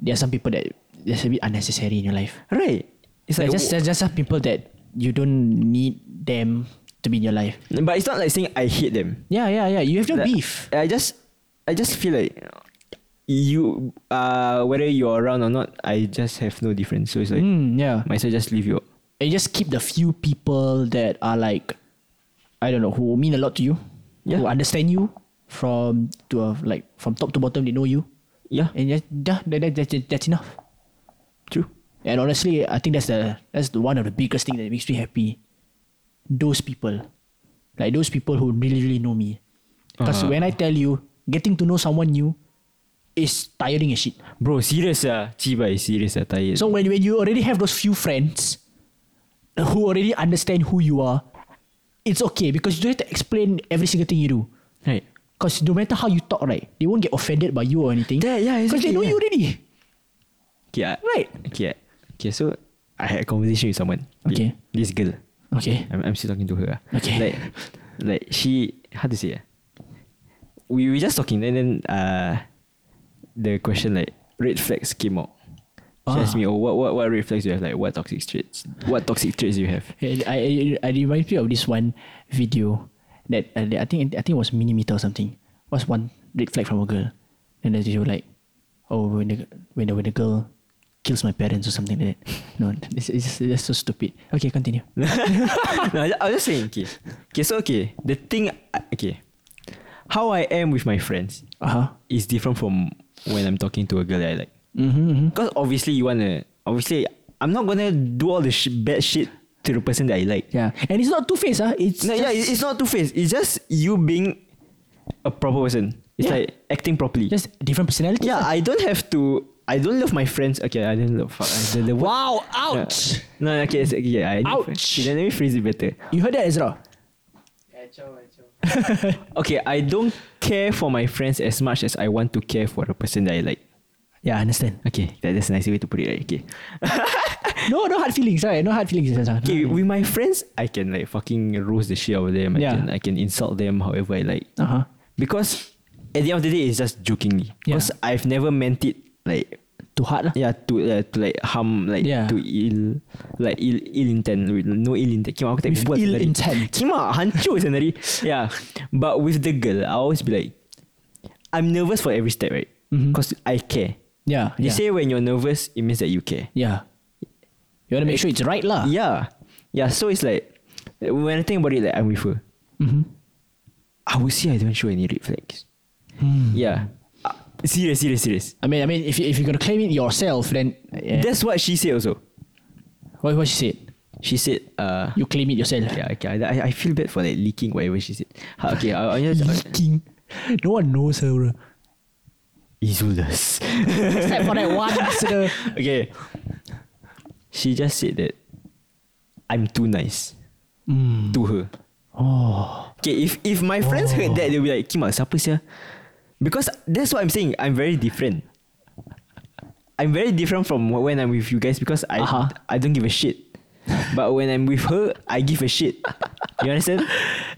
there are some people that that's a bit unnecessary in your life.
Right. It's
Like
like
just there's just some people that you don't need them to be in your life.
but it's not like saying I hate them.
Yeah, yeah, yeah. You have no
Like,
beef.
I just, I just feel like you, uh, whether you're around or not, I just have no difference. So it's like,
Mm, yeah.
might as well just leave you.
And just keep the few people that are like, I don't know, who mean a lot to you,
Yeah.
who understand you from to uh, like from top to bottom. They know you,
Yeah,
and just, that, that, that, that, that's enough.
true.
And honestly, I think that's the that's the one of the biggest thing that makes me happy. Those people, like those people who really really know me, because
Uh-huh.
when I tell you, getting to know someone new is tiring as shit.
Bro, serious ah, cibai serious ah, tired.
So when when you already have those few friends who already understand who you are, it's okay because you don't have to explain every single thing you do.
right.
Because no matter how you talk, right, they won't get offended by you or anything.
Yeah, yeah,
Because they
exactly,
know
yeah.
you already.
Okay, ah.
Right.
Okay, ah. okay. So I had a conversation with someone.
Okay.
This girl.
Okay.
I'm, I'm still talking to her. ah.
Okay.
Like, like she. How to say? ah? We we just talking and then uh, the question like red flags came out. She
Ah.
asked me, oh, what what what red flags do you have? Like, what toxic traits? What toxic traits do you have?
And I, I I remind me of this one video that, uh, that I think I think it was millimeter or something. Was one red flag from a girl, and then they were like, oh when the when the when the girl kills my parents or something like that. No, it's, it's, just, it's so stupid. Okay, continue.
no, I ju- I was just saying, okay. Okay, so okay, the thing, I- okay, how I am with my friends
Uh huh.
is different from when I'm talking to a girl that I like.
Mm-hmm.
Because obviously you wanna, obviously I'm not gonna do all the sh- bad shit to the person that I like.
Yeah, and it's not two faced. Huh? It's
No, yeah,
just-
it- it's not two faced. It's just you being a proper person. It's
Yeah.
like acting properly.
just different personality.
yeah, I don't have to. I don't love my friends. Okay, I don't love. Fuck, I- the, the word-
Wow! Ouch!
No, no, okay, it's, okay, I
Ouch.
Okay, then let me phrase it better.
You heard that, Ezra?
Yeah, chow, yeah, chow.
Okay, I don't care for my friends as much as I want to care for the person that I like.
Yeah, I understand.
Okay, that, that's a nice way to put it, right? Okay.
No, no hard feelings. Right? No hard feelings, Ezra. ah. No
Okay,
hard
with my friends, I can like fucking roast the shit out of them. I,
Yeah.
can, I can insult them however I like.
feelings. Uh-huh.
Because at the end of the day, it's just jokingly.
Yeah.
Because I've never meant it like
Too hard lah.
yeah to uh, to like harm like
Yeah.
to ill like ill ill intent with no ill intent. Came out
With ill intent.
Came out hancu sendiri. Yeah, but with the girl, I always be like, I'm nervous for every step, right?
Mhm.
Because I care.
Yeah.
They
yeah.
say when you're nervous, it means that you care.
Yeah. You want to make sure it's right lah.
Yeah, yeah. Ya. So it's like when I think about it, like I'm with her.
Mm-hmm.
I would say I don't show any red flags. Yeah. Uh, serious, serious, serious.
I mean, I mean, if you, if you're gonna claim it yourself, then yeah.
That's what she said also.
what what she said.
She said, uh,
You claim it yourself.
Yeah, okay. I, I- I feel bad for like leaking whatever she said. Ha, Okay, I, I just
Leaking. No one knows her. bro.
Isolus.
Except for that one listener.
okay. She just said that I'm too nice
Mm.
to her.
Oh.
Okay, if if my friends heard that, they'll be like, Kima, siapa sia? Because that's what I'm saying. I'm very different. I'm very different from wh- when I'm with you guys because I
Uh-huh.
I don't give a shit. But when I'm with her, I give a shit. You understand?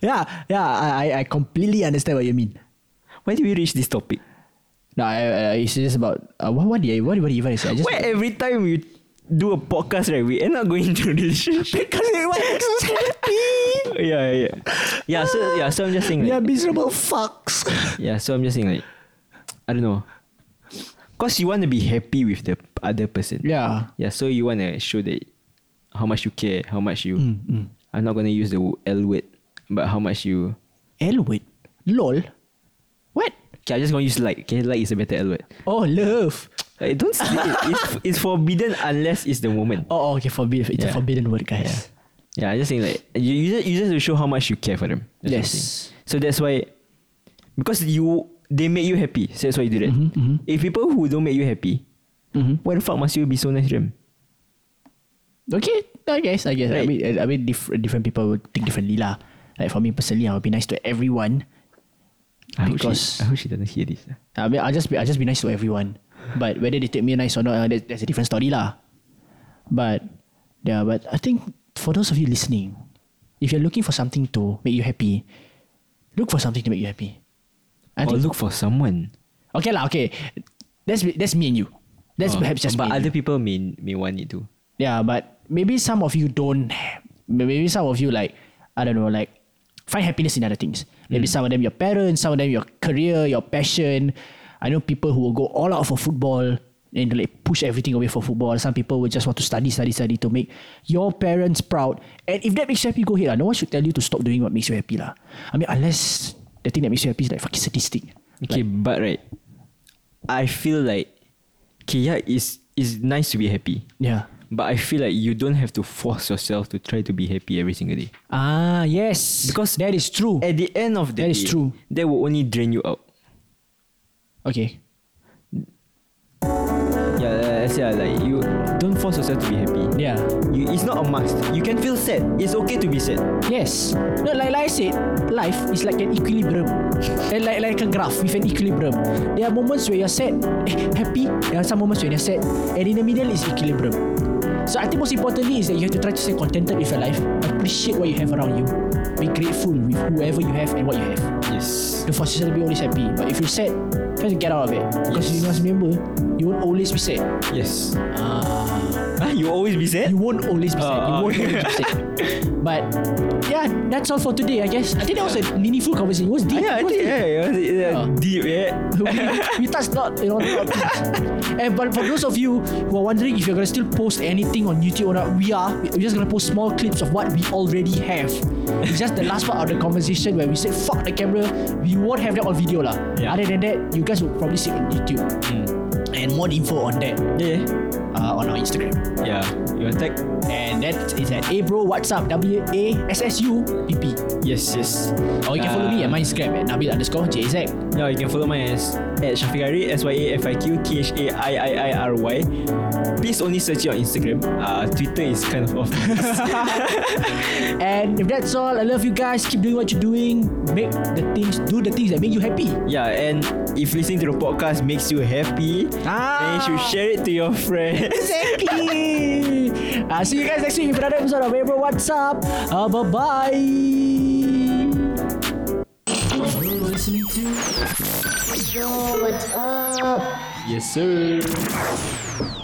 Yeah, yeah. I I- I completely understand what you mean.
Why do we reach this topic?
No, I, I, it's just about uh, what what did I, what what did I say? I just
Why every time we do a podcast, right, we end up going into relationship? because everyone makes us happy. yeah, yeah, yeah. Yeah, so yeah, so I'm just saying
we are
like,
miserable fucks.
yeah, so I'm just saying like, I don't know. Cause you want to be happy with the other person.
yeah.
Yeah, so you want to show that how much you care, how much you.
Mm, mm.
I'm not gonna use the w- L word, but how much you.
Elwood. Lol. What?
Okay, I'm just gonna use like. Okay, like is a better L word.
Oh, love.
Like, don't say it. It's, it's forbidden unless it's the woman.
Oh, oh, okay. Forbidden. It's a
Yeah.
forbidden word, guys.
Yeah, I just think like you you just, you just have to show how much you care for them. That's what I'm
Yes.
saying. So that's why, because you they make you happy, so that's why you do that.
Mhm, mhm.
If people who don't make you happy,
Mm-hmm.
why the fuck must you be so nice to them?
Okay, I guess, I guess. I
Right.
mean, I I mean, different different people will think differently lah. Like for me personally, I will be nice to everyone.
I hope,
Because-
she, I hope she doesn't hear this.
I mean, I'll just be, I'll just be nice to everyone. But whether they take me nice or not, uh, that's, that's a different story lah. But yeah, but I think for those of you listening, if you're looking for something to make you happy, look for something to make you happy. I
or Oh,
think,
look for someone.
okay lah, okay. That's that's me and you. That's
Or-
perhaps just
Oh, but
me and
other
you.
people may may want it too.
Yeah, but maybe some of you don't. have- Maybe some of you like I don't know, like find happiness in other things. Maybe some of them your parents, some of them your career, your passion. I know people who will go all out for football and like push everything away for football. Some people will just want to study, study, study to make your parents proud. And if that makes you happy, go ahead. lah. No one should tell you to stop doing what makes you happy, lah. I mean, unless the thing that makes you happy is like fucking sadistic.
Okay, but right, I feel like, okay, yeah, it's it's nice to be happy,
Yeah.
but I feel like you don't have to force yourself to try to be happy every single day.
Ah yes,
Because-
that is true.
at the end of the day,
That is true.
That will only drain you out.
Okay.
Yeah, like I said, like you don't force yourself to be happy.
Yeah.
You, it's not a must. You can feel sad. It's okay to be sad.
Yes. No, like, like I said, life is like an equilibrium. And like, like a graph with an equilibrium. There are moments where you're sad, eh, happy. There are some moments when you're sad. And in the middle is equilibrium. So I think most importantly is that you have to try to stay contented with your life. Appreciate what you have around you. Be grateful with whoever you have and what you have.
Yes.
Don't force yourself to be always happy. But if you're sad, try to get out of it. Because
Yes.
you must remember, you won't always be sad.
Yes. Ah, you always be sad.
You won't always be sad.
Ah,
you won't
okay.
always be sad. But yeah, that's all for today, I guess. I think that was a meaningful conversation. It was deep.
Yeah, I
It was
think
deep.
yeah, yeah, yeah,
Ah.
deep yeah.
we, we touched not you know lot of things. and but for those of you who are wondering if you're gonna still post anything on YouTube or not, we are. We're just gonna post small clips of what we already have. It's just the last part of the conversation where we said fuck the camera. We won't have that on video lah.
Yeah.
Other than that, you guys will probably see it on YouTube.
Hmm.
And more info on that
yeah,
uh, on our Instagram.
yeah. You attack.
And that is at A Bro What's Up W A S S U P P.
Yes, yes.
Or you can follow me at my Instagram at Nabil underscore JZ.
Yeah, you can follow mine as at Shafiqari S Y A F I Q T H A I I I R Y. Please only search it on Instagram. Uh, Twitter is kind of off.
And if that's all, I love you guys. Keep doing what you're doing. Make the things, do the things that make you happy.
yeah, and if listening to the podcast makes you happy, then you should share it to your friends.
Exactly. uh, see you guys next week with another episode of April What's Up. Uh, bye bye.
Yo, what's up?
yes, sir.